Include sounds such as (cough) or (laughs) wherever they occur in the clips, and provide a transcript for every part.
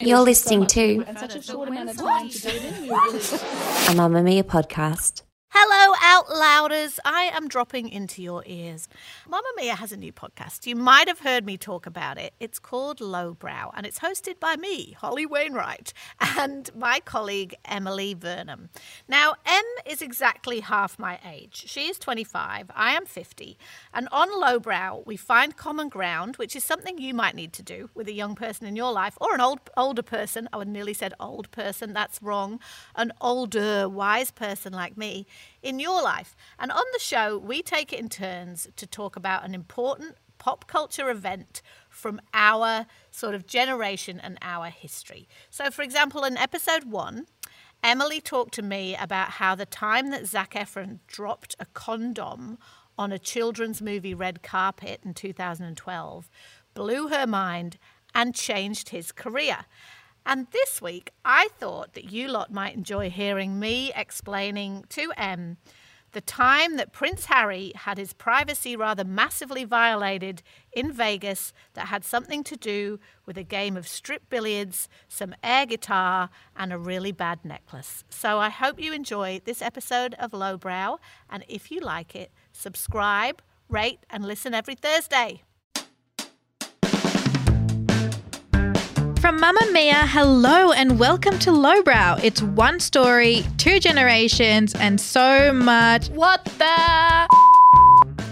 You're listening to- And such a short amount of time to do it in. You really a (laughs) Mamma Mia podcast. Hello, out louders. I am dropping into your ears. Mamma Mia has a new podcast. You might have heard me talk about it. It's called Lowbrow and it's hosted by me, Holly Wainwright, (laughs) and my colleague, Emily Vernon. Now, Em is exactly half my age. She is 25, I am 50. And on Lowbrow, we find common ground, which is something you might need to do with a young person in your life or an old older person. I would nearly said old person, that's wrong. An older, wise person like me in your life. And on the show, we take it in turns to talk about an important pop culture event from our sort of generation and our history. So, for example, in episode one, Emily talked to me about how the time that Zach Efron dropped a condom on a children's movie red carpet in 2012 blew her mind and changed his career. And this week, I thought that you lot might enjoy hearing me explaining to Em the time that Prince Harry had his privacy rather massively violated in Vegas that had something to do with a game of strip billiards, some air guitar, and a really bad necklace. So I hope you enjoy this episode of Lowbrow. And if you like it, subscribe, rate, and listen every Thursday. From Mamma Mia, hello and welcome to Lowbrow. It's one story, two generations, and so much. What the?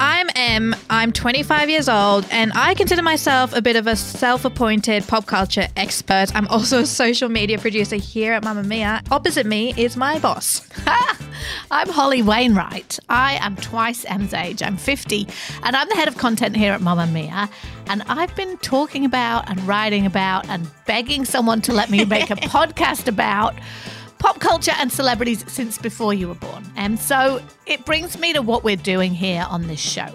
I'm Em, I'm 25 years old, and I consider myself a bit of a self appointed pop culture expert. I'm also a social media producer here at Mamma Mia. Opposite me is my boss. (laughs) I'm Holly Wainwright. I am twice M's age. I'm 50, and I'm the head of content here at Mamma Mia. And I've been talking about and writing about and begging someone to let me make a podcast about pop culture and celebrities since before you were born. And so it brings me to what we're doing here on this show.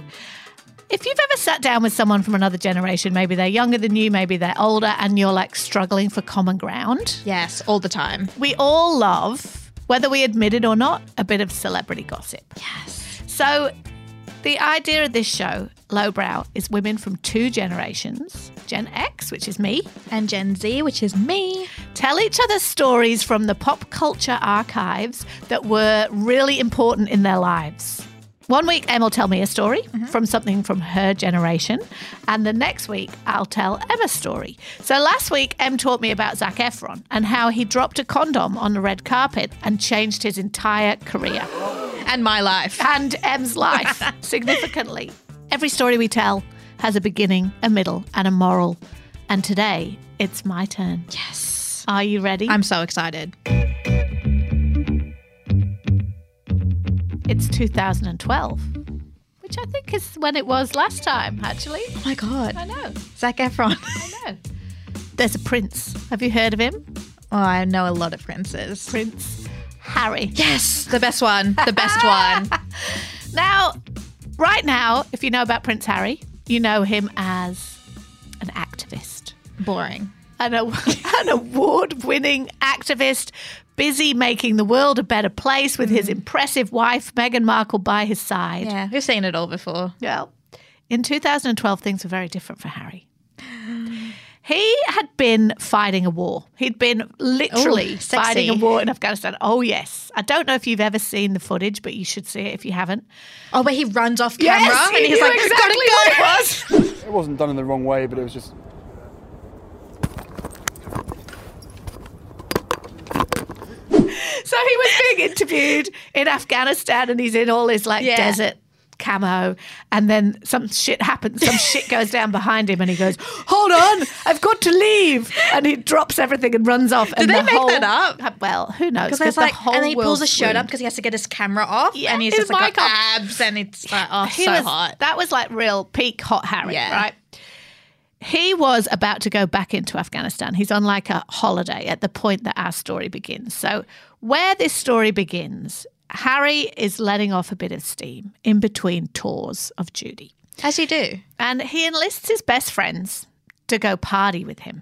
If you've ever sat down with someone from another generation, maybe they're younger than you, maybe they're older, and you're like struggling for common ground, Yes, all the time. we all love, whether we admit it or not, a bit of celebrity gossip. Yes. So, the idea of this show, Lowbrow, is women from two generations Gen X, which is me, And Gen Z, which is me. tell each other stories from the pop culture archives that were really important in their lives. One week, Em will tell me a story Mm-hmm. from something from her generation, and the next week, I'll tell Em a story. So last week, Em taught me about Zach Efron and how he dropped a condom on the red carpet and changed his entire career And my life. and Em's (laughs) life significantly. Every story we tell has a beginning, a middle, and a moral. And today, it's my turn. Yes. Are you ready? I'm so excited. it's 2012, which I think is when it was last time, actually. Oh my I God. know, Zac Efron. I know. There's a prince. Have you heard of him? (laughs) Oh, I know a lot of princes. Prince Harry. Yes, the best one. The (laughs) best one. Now, right now, if you know about Prince Harry, you know him as an activist. Boring. an, aw- (laughs) an award winning activist busy making the world a better place with his impressive wife, Meghan Markle, by his side. Yeah, we've seen it all before. Well, in 2012, things were very different for Harry. He had been fighting a war. He'd been literally Ooh, sexy. fighting a war in Afghanistan. Oh, yes. I don't know if you've ever seen the footage, but you should see it if you haven't. Oh, where he runs off camera and he's like, gotta go. what it was. It wasn't done in the wrong way, but it was just. So he was being interviewed in Afghanistan and he's in all his like Yeah. desert camo and then some shit happens (laughs) some shit goes down behind him and he goes hold on i've got to leave and he drops everything and runs off and they the make whole- that up? well who knows Because it's the like, whole and then he pulls world a shirt up swooned. because he has to get his camera off, Yeah, and he's his just like mic got off. abs, and it's (laughs) like, oh, He so was- hot. that was like real peak hot harry Yeah. right he was about to go back into Afghanistan. He's on like a holiday at the point that our story begins. So, where this story begins, Harry is letting off a bit of steam in between tours of duty. As you do. And he enlists his best friends to go party with him.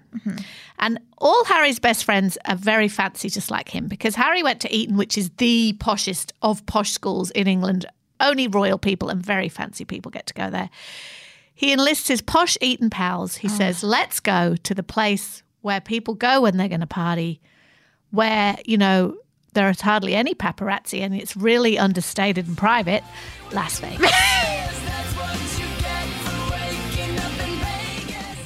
And all Harry's best friends are very fancy, just like him, because Harry went to Eton, which is the poshest of posh schools in England. Only royal people and very fancy people get to go there. He enlists his posh Eton pals. He says, Let's go to the place where people go when they're going to party, where, you know, there is hardly any paparazzi and it's really understated and private, Las Vegas.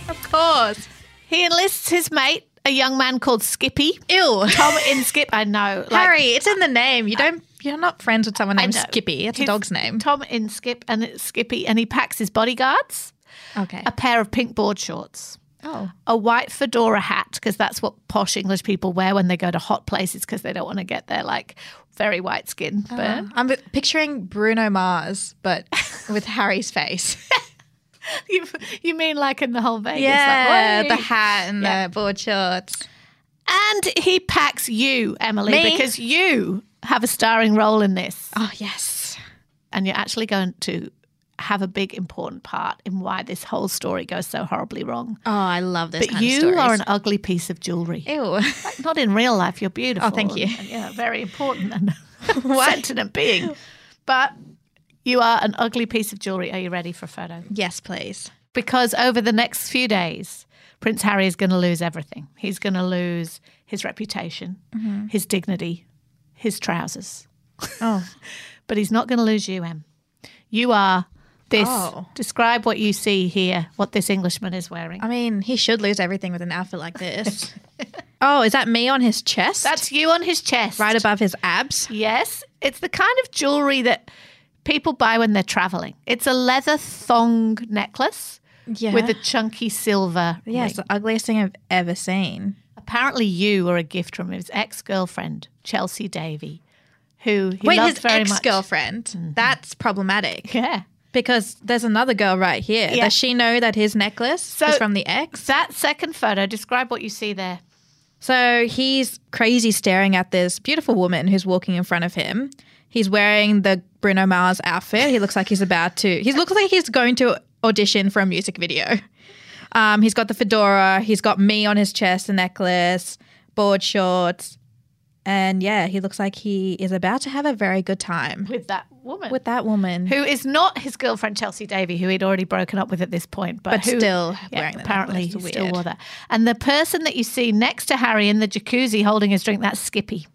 Of course. he enlists his mate, a young man called Skippy. (laughs) Ew. Tom in Skip, I know. like- Harry, it's in the name. You don't. You're not friends with someone named know. Skippy. It's a His- dog's name. Tom in Skip and it's Skippy, and he packs his bodyguards, Okay. a pair of pink board shorts, Oh. a white fedora hat because that's what posh English people wear when they go to hot places because they don't want to get their like very white skin Uh-huh. burn. I'm picturing Bruno Mars, (laughs) but with Harry's face. (laughs) (laughs) you, you mean like in the whole Vegas? like, yeah, the "Oi." hat and the board shorts. and he packs you, Emily, Me? because you have a starring role in this. Oh yes. and you're actually going to have a big important part in why this whole story goes so horribly wrong. Oh, I love this. But kind of you stories. are an ugly piece of jewelry. (laughs) Ew. Not in real life, you're beautiful. Oh, thank you. And, and, yeah, very important (laughs) and (laughs) sentient being. But you are an ugly piece of jewelry. Are you ready for a photo? (laughs) yes, please. Because over the next few days, Prince Harry is going to lose everything. He's going to lose his reputation, his dignity, his trousers. Mm-hmm. Oh. (laughs) But he's not going to lose you, Em. You are this. Oh. Describe what you see here, what this Englishman is wearing. I mean, he should lose everything with an outfit like (laughs) this. oh, is that me on his chest? That's you on his chest. right above his abs. Yes. It's the kind of jewelry that people buy when they're traveling. It's a leather thong necklace Yeah. with a chunky silver. yeah, ring. it's the ugliest thing I've ever seen. Apparently, you are a gift from his ex girlfriend, Chelsea Davy, who he Wait, loved his very ex girlfriend. That's problematic. much. Yeah. Because there's another girl right here. Yeah. Does she know that his necklace is from the ex? That second photo, describe what you see there. So he's crazy staring at this beautiful woman who's walking in front of him. He's wearing the Bruno Mars outfit. He looks like he's about to. He looks like he's going to audition for a music video. Um, he's got the fedora. He's got me on his chest, a necklace, board shorts, and yeah, he looks like he is about to have a very good time With that woman. with that woman. who is not his girlfriend Chelsea Davy, who he'd already broken up with at this point, but, But who- still yeah, wearing the apparently necklace. he Weird. still wore that. And the person that you see next to Harry in the jacuzzi holding his drink, that's Skippy.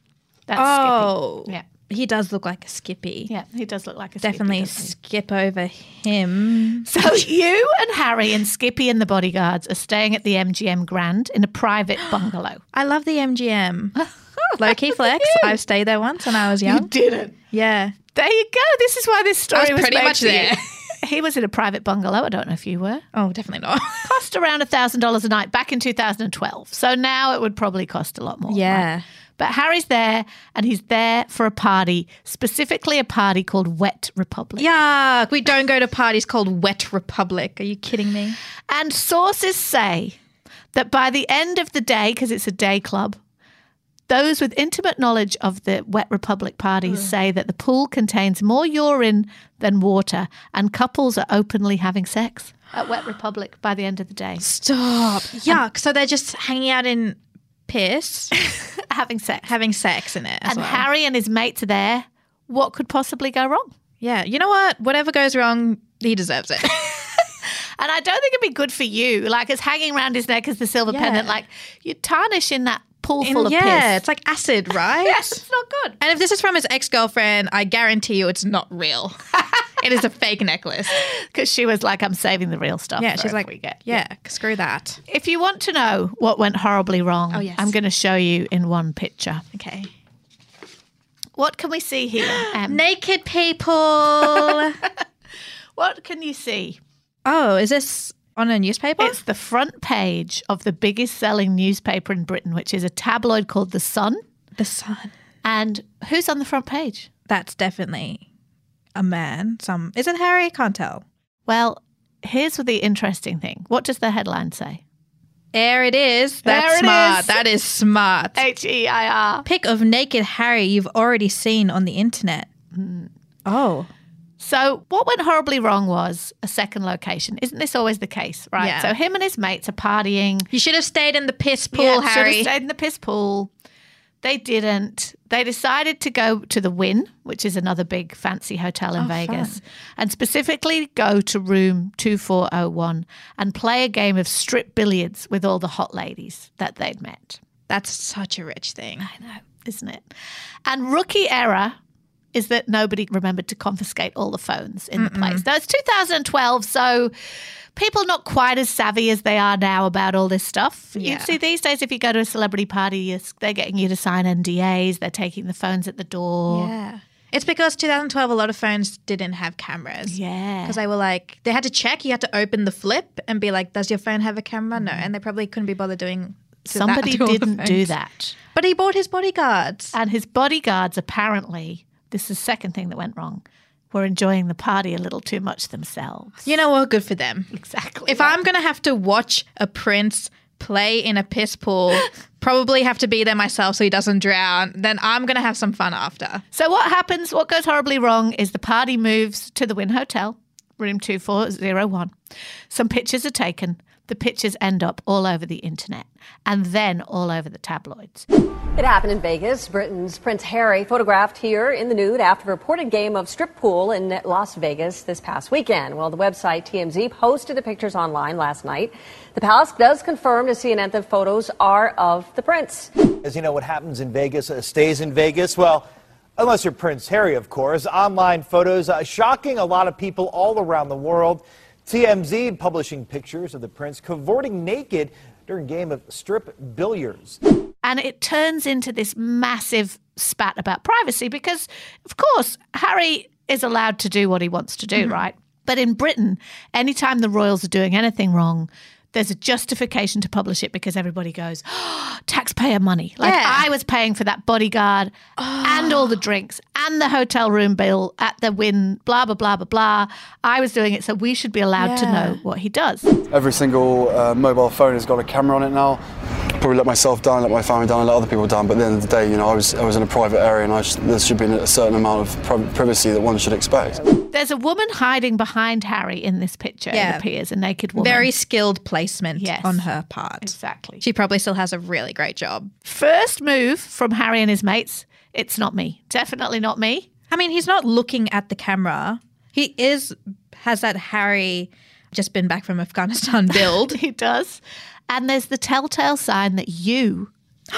That's oh, Skippy. Yeah, he does look like a Skippy. yeah, he does look like a Skippy, Definitely doesn't he? skip over him. So (laughs) you and Harry and Skippy and the bodyguards are staying at the MGM Grand in a private bungalow. I love the (laughs) MGM. Low key flex. I've stayed there once when I was young. didn't. Yeah. There you go. This is why this story I was was pretty made much for you. there. (laughs) He was in a private bungalow. I don't know if you were. Oh, definitely (laughs) not. cost around $1,000 a night back in 2012. So now it would probably cost a lot more. Yeah. right? But Harry's there and he's there for a party, specifically a party called Wet Republic. Yuck. We don't go to parties called Wet Republic. Are you kidding me? And sources say that by the end of the day, because it's a day club, those with intimate knowledge of the Wet Republic parties say that the pool contains more urine than water and couples are openly having sex at Wet Republic by the end of the day. Stop. Yuck. So they're just hanging out in (laughs) piss, Having sex. having sex in it as and well. Harry and his mates are there. What could possibly go wrong? yeah. You know what? Whatever goes wrong, he deserves (laughs) it. And I don't think it'd be good for you. Like it's hanging around his neck as the silver Yeah. pendant. Like you tarnish in that pool full And of yeah. piss. It's like acid, right? Yes, it's not good. And if this is from his ex girlfriend, I guarantee you it's not (laughs) real. it is a fake necklace. Because she was like, "I'm saving the real stuff." Yeah. for She's if like, "We get." yeah, screw that. If you want to know what went horribly wrong, yes. I'm going to show you in one picture. Okay. What can we see (gasps) here? Um, Em? Naked people. what can you see? (laughs) Oh, is this on a newspaper? It's the front page of the biggest selling newspaper in Britain, which is a tabloid called The Sun. the sun. And who's on the front page? That's definitely a man. Some is it Harry? I can't tell. Well, here's the interesting thing. What does the headline say? There it is. That's There it smart. is. That is smart. H E I R. Pic of naked Harry you've already seen on the internet. Oh. So, what went horribly wrong was a second location. Isn't this always the case, right? Yeah. So, him and his mates are partying. You should have stayed in the piss pool, Yeah, should've Harry. stayed in the piss pool. They didn't. They decided to go to the Wynn, which is another big fancy hotel Oh, in Vegas, and specifically go to room 2401 and play a game of strip billiards with all the hot ladies that they'd met. That's such a rich thing. I know, isn't it? And rookie error is that nobody remembered to confiscate all the phones in the place. Now it's 2012, so people not quite as savvy as they are now about all this stuff. Yeah. You see, these days, if you go to a celebrity party, you're- they're getting you to sign NDAs, they're taking the phones at the door. Yeah. It's because 2012, a lot of phones didn't have cameras. Yeah. Because they were like, they had to check. You had to open the flip and be like, does your phone have a camera? No. And they probably couldn't be bothered doing to that- Mm-hmm. Somebody to all the didn't do phones. that. But he bought his bodyguards. And his bodyguards apparently, this is the second thing that went wrong, were enjoying the party a little too much themselves. You know what? Good for them. Exactly. If I'm going to have to watch a prince play in a piss pool, (laughs) probably have to be there myself so he doesn't drown, then I'm going to have some fun after. So what happens, what goes horribly wrong is the party moves to the Wynn Hotel, room 2401. Some pictures are taken. The pictures end up all over the internet and then all over the tabloids. It happened in Vegas. Britain's Prince Harry photographed here in the nude after a reported game of strip pool in Las Vegas this past weekend. Well, the website TMZ posted the pictures online last night. The palace does confirm to CNN the photos are of the prince. As you know, what happens in Vegas uh, stays in Vegas. Well, unless you're Prince Harry, of course. Online photos uh, shocking a lot of people all around the world. TMZ publishing pictures of the prince cavorting naked during a game of strip billiards. And it turns into this massive spat about privacy because, of course, Harry is allowed to do what he wants to do, Mm-hmm. right? But in Britain, anytime the royals are doing anything wrong, there's a justification to publish it because everybody goes, oh, taxpayer money. Like Yeah. Oh. I was paying for that bodyguard and all the drinks and the hotel room bill at the win, blah, blah, blah, blah, blah. I was doing it, so we should be allowed to know what he does. Every single uh, mobile phone has got a camera on it now. Probably let myself down, let my family down, let other people down. But at the end of the day, you know, I was I was in a private area, and I sh- there should be a certain amount of pri- privacy that one should expect. There's a woman hiding behind Harry in this picture, Yeah. it appears, a naked woman. Very skilled placement Yes. on her part. Exactly. She probably still has a really great job. First move from Harry and his mates. It's not me. Definitely not me. (laughs) I mean, he's not looking at the camera. He is has that Harry just been back (laughs) from Afghanistan build. He does. And there's the telltale sign that you (gasps)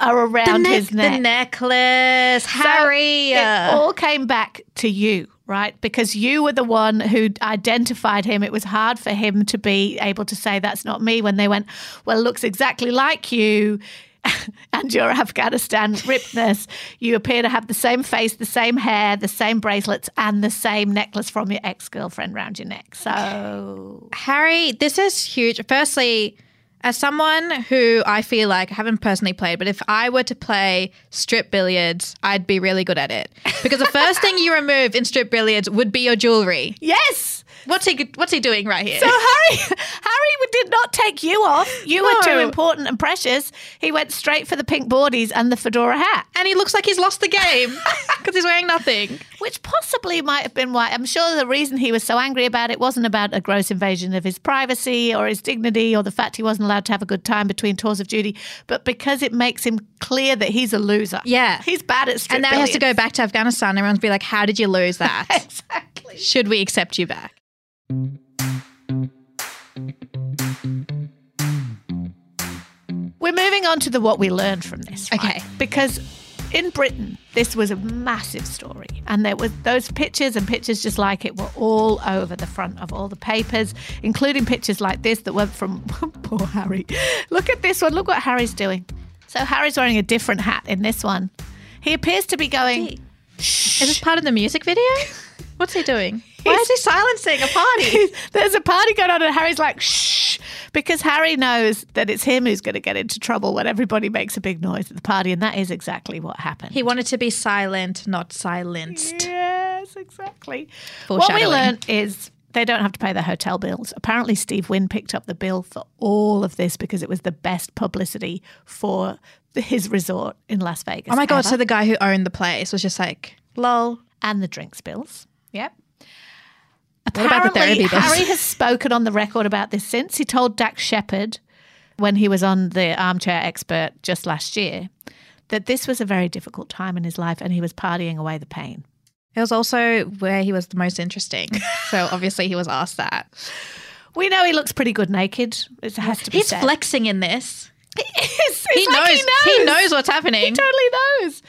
are around his neck- neck. the necklace, So Harry. uh, It all came back to you, right? Because you were the one who identified him. It was hard for him to be able to say, that's not me, when they went, well, it looks exactly like you. (laughs) And your Afghanistan rippedness. You appear to have the same face, the same hair, the same bracelets, and the same necklace from your ex girlfriend round your neck. So, Harry, this is huge. Firstly, as someone who I feel like I haven't personally played, but if I were to play strip billiards, I'd be really good at it. Because the first thing you remove in strip billiards would be your jewelry. yes, What's he what's he doing right here? So Harry, (laughs) Harry did not take you off. You were No. too important and precious. He went straight for the pink boardies and the fedora hat, and he looks like he's lost (laughs) the game because he's wearing nothing. which possibly might have been why. I'm sure the reason he was so angry about it wasn't about a gross invasion of his privacy or his dignity or the fact he wasn't allowed to have a good time between tours of duty, but because it makes him clear that he's a loser. Yeah. he's bad at strip And now he has to billiards. go back to Afghanistan. Everyone's be like, "How did you (laughs) lose (laughs) that? Exactly. Should we accept you back?" We're moving on to the what we learned from this. right? Okay. Because in Britain, this was a massive story, and there was those pictures and pictures just like it were all over the front of all the papers, including pictures like this that went from (laughs) poor Harry. Look at this one. Look what Harry's doing. So Harry's wearing a different hat in this one. He appears to be going. Is this part of the music video? What's he doing? Why is he silencing a party? There's a party (laughs) going on, and Harry's like, shh, because Harry knows that it's him who's going to get into trouble when everybody makes a big noise at the party, and that is exactly what happened. (laughs) He wanted to be silent, not silenced. Yes, exactly. What we Foreshadowing. learned is they don't have to pay their hotel bills. Apparently, Steve Wynn picked up the bill for all of this because it was the best publicity for the- his resort in Las Vegas. Oh my god! So ever. the guy who owned the place was just like, "Lol." and the drinks bills. Yep. What about the Apparently, therapy bills? Harry has spoken on the record about this since he told Dax Shepard when he was on the Armchair Expert just last year that this was a very difficult time in his life and he was partying away the pain. (laughs) It was also where he was the most interesting. So obviously he was asked that. We know he looks pretty good naked. It has to be He's said. flexing in this. It's- He it's knows, like he knows what's happening. He totally knows.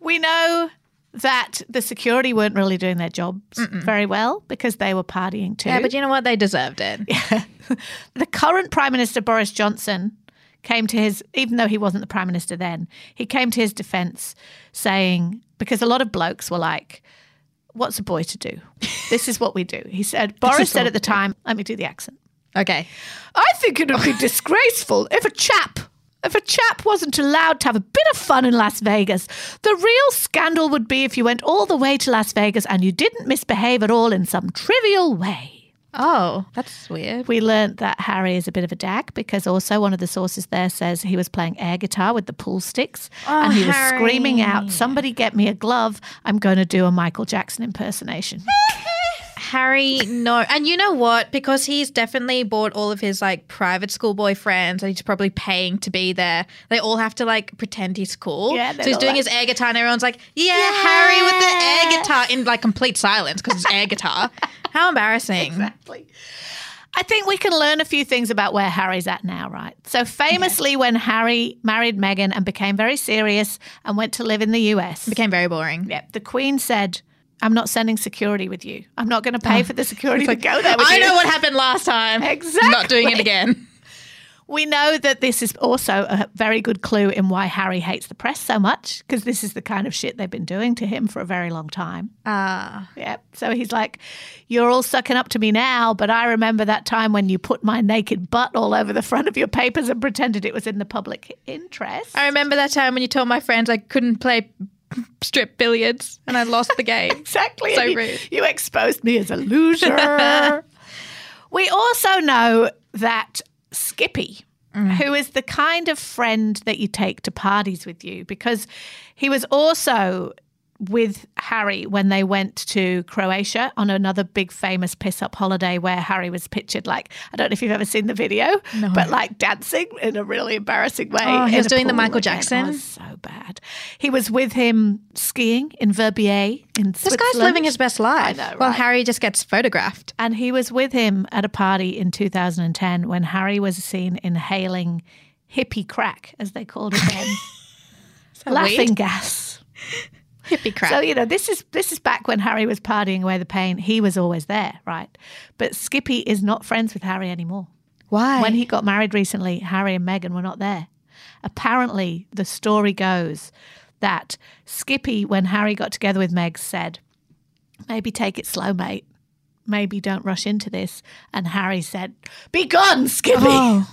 We know that the security weren't really doing their jobs very well because they were partying too. yeah, but you know what? They deserved it. (laughs) the current Prime Minister Boris Johnson came to his, even though he wasn't the Prime Minister then, he came to his defense saying, because a lot of blokes were like, What's a boy to do? This is what we do. He (laughs) said, Boris said at the time, let me do the accent. Okay. I think it would be disgraceful if a chap, if a chap wasn't allowed to have a bit of fun in Las Vegas. The real scandal would be if you went all the way to Las Vegas and you didn't misbehave at all in some trivial way. Oh, that's weird. We learnt that Harry is a bit of a dag because also one of the sources there says he was playing air guitar with the pool sticks Oh, and he was Harry. screaming out, Somebody get me a glove. I'm going to do a Michael Jackson impersonation. Harry, no. And you know what? Because he's definitely bought all of his like private schoolboy friends and he's probably paying to be there. They all have to like pretend he's cool. Yeah, so they're he's all doing like- his air guitar and everyone's like, yeah, Harry with the air guitar in like complete silence because it's air guitar. How embarrassing. exactly. I think we can learn a few things about where Harry's at now, right? So, famously, when Harry married Meghan and became very serious and went to live in the US, Became very boring. yeah, the Queen said, I'm not sending security with you. I'm not going to pay for the security to go there with Ah. I you. know what happened last time. Not doing (laughs) it Exactly. again. We know that this is also a very good clue in why Harry hates the press so much, because this is the kind of shit they've been doing to him for a very long time. Ah. Yeah. So he's like, You're all sucking up to me now, but I remember that time when you put my naked butt all over the front of your papers and pretended it was in the public interest. (laughs) I remember that time when you told my friends I couldn't play (laughs) strip billiards and I lost the game. Exactly. So And you- rude. You exposed me as a (laughs) loser. we also know that Skippy, Mm. who is the kind of friend that you take to parties with you, because he was also with Harry when they went to Croatia on another big famous piss up holiday where Harry was pictured like I don't know if you've ever seen the video, but like dancing in a really embarrassing way. Oh, he in was a doing the pool Michael again. Oh, Jackson. it's so bad. He was with him skiing in Verbier in This guy's living his best life. I know, Well, right? Harry just gets photographed. And he was with him at a party in 2010 when Harry was seen inhaling hippie crack, as they called it (laughs) then, laughing weed? gas. (laughs) Hippie crap. So you know this is this is back when Harry was partying away the pain. He was always there, right? But Skippy is not friends with Harry anymore. Why? When he got married recently, Harry and Meghan were not there. Apparently, the story goes that Skippy, when Harry got together with Meg, said, Maybe take it slow, mate. Maybe don't rush into this. And Harry said, Be gone, Skippy.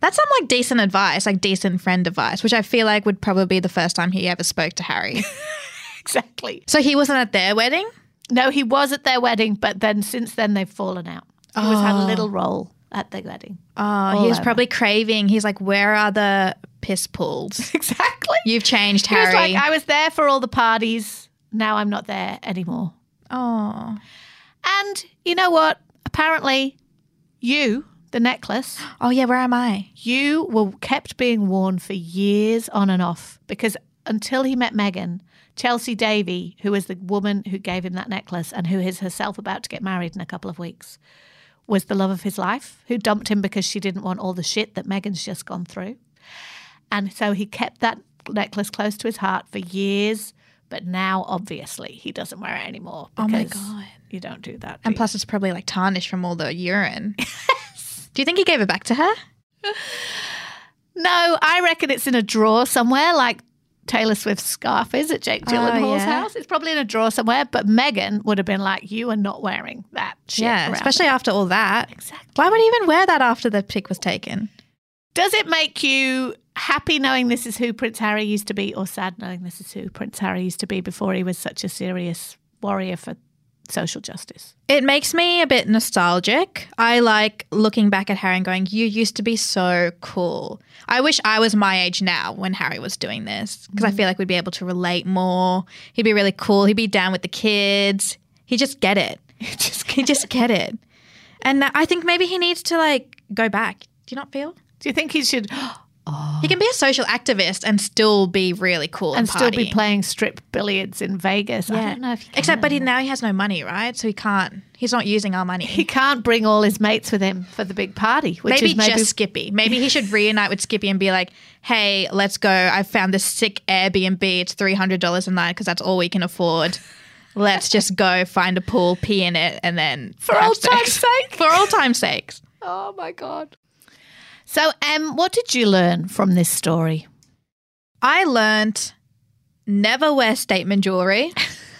That's some like decent advice, like decent friend advice, which I feel like would probably be the first time he ever spoke to Harry. (laughs) (laughs) Exactly. so he wasn't at their wedding? No, he was at their wedding, but then since then they've fallen out. He was had a little role at the wedding. Oh, he was probably craving. He's like, where are the piss pools? (laughs) Exactly. You've changed, He was Harry. like, I was there for all the parties. Now I'm not there anymore. oh. And you know what? Apparently, you, the necklace, oh, yeah, where am I? you were kept being worn for years on and off because until he met Megan, Chelsea Davy, who was the woman who gave him that necklace and who is herself about to get married in a couple of weeks, was the love of his life, who dumped him because she didn't want all the shit that Megan's just gone through. And so he kept that necklace close to his heart for years, but now obviously he doesn't wear it anymore. Oh my because God. You don't do that. do And you? plus, it's probably like tarnished from all (laughs) the urine. Do you think he gave it back to her? No, I reckon it's in a drawer somewhere, like Taylor Swift's scarf is at Jake Gyllenhaal's yeah. house. It's probably in a drawer somewhere, but Megan would have been like, "You are not wearing that shit." yeah, around especially me." after all that. Exactly. Why would he even wear that after the pic was taken? Does it make you happy knowing this is who Prince Harry used to be, or sad knowing this is who Prince Harry used to be before he was such a serious warrior for social justice? It makes me a bit nostalgic. I like looking back at Harry and going, You used to be so cool. I wish I was my age now when Harry was doing this because Mm. I feel like we'd be able to relate more. He'd be really cool. He'd be down with the kids. He'd just (laughs) get it. He'd just, he'd just get it. And I think maybe he needs to like go back. Do you not feel? Do you think he should? (gasps) He can be a social activist and still be really cool and and, still be partying. playing strip billiards in Vegas. I don't know if he can. Except, but he, now he has no money, right? So he can't. He's not using our money. he can't bring all his mates with him for the big party, which maybe, is maybe just Skippy. Maybe he should reunite with Skippy and be like, "Hey, let's go. I found this sick Airbnb. It's three hundred dollars a night because that's all we can afford. Let's just go find a pool, pee in it, and then For have old time's sex." (laughs) (laughs) sake. For all time's sakes. Oh my god. So, um, what did you learn from this story? I learned never wear statement jewelry (laughs)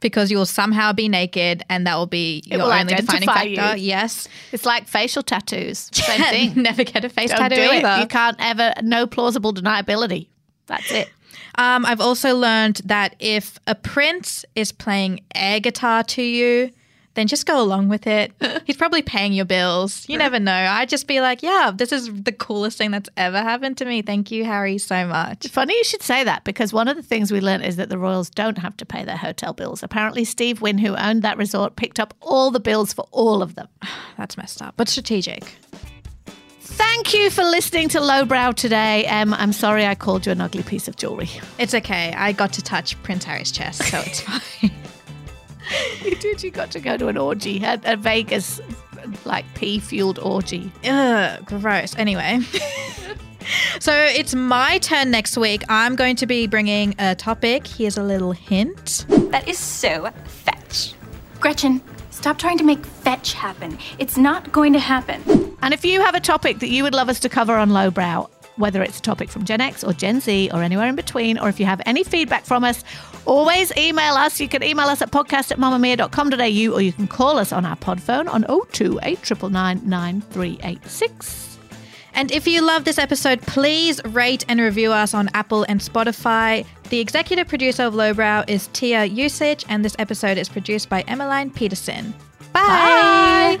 because you will somehow be naked, and that will be your will only defining identify factor. you. Yes. It's like facial (laughs) tattoos. (laughs) Same thing. Never get a face Don't tattoo do it. either. You can't ever. No plausible deniability. That's it. Um, I've also learned that if a prince is playing air guitar to you, then just go along with it. He's probably paying your bills. You never know. I'd just be like, yeah, this is the coolest thing that's ever happened to me. Thank you, Harry, so much. Funny you should say that because one of the things we learned is that the royals don't have to pay their hotel bills. Apparently, Steve Wynn, who owned that resort, picked up all the bills for all of them. That's messed up, but strategic. Thank you for listening to Lowbrow today. Um, I'm sorry I called you an ugly piece of jewelry. It's okay. I got to touch Prince Harry's chest, so it's fine. You did. You got to go to an orgy, a, a Vegas, like pea fueled orgy. Ugh, gross. Anyway. So it's my turn next week. I'm going to be bringing a topic. Here's a little hint. That is so fetch. Gretchen, stop trying to make fetch happen. It's not going to happen. And if you have a topic that you would love us to cover on Lowbrow, whether it's a topic from Gen X or Gen Z or anywhere in between, or if you have any feedback from us, always email us. You can email us at podcast at mamamia.com.au or you can call us on our pod phone on 02 9386. And if you love this episode, please rate and review us on Apple and Spotify. The executive producer of Lowbrow is Tia Usage, and this episode is produced by Emmeline Peterson. Bye.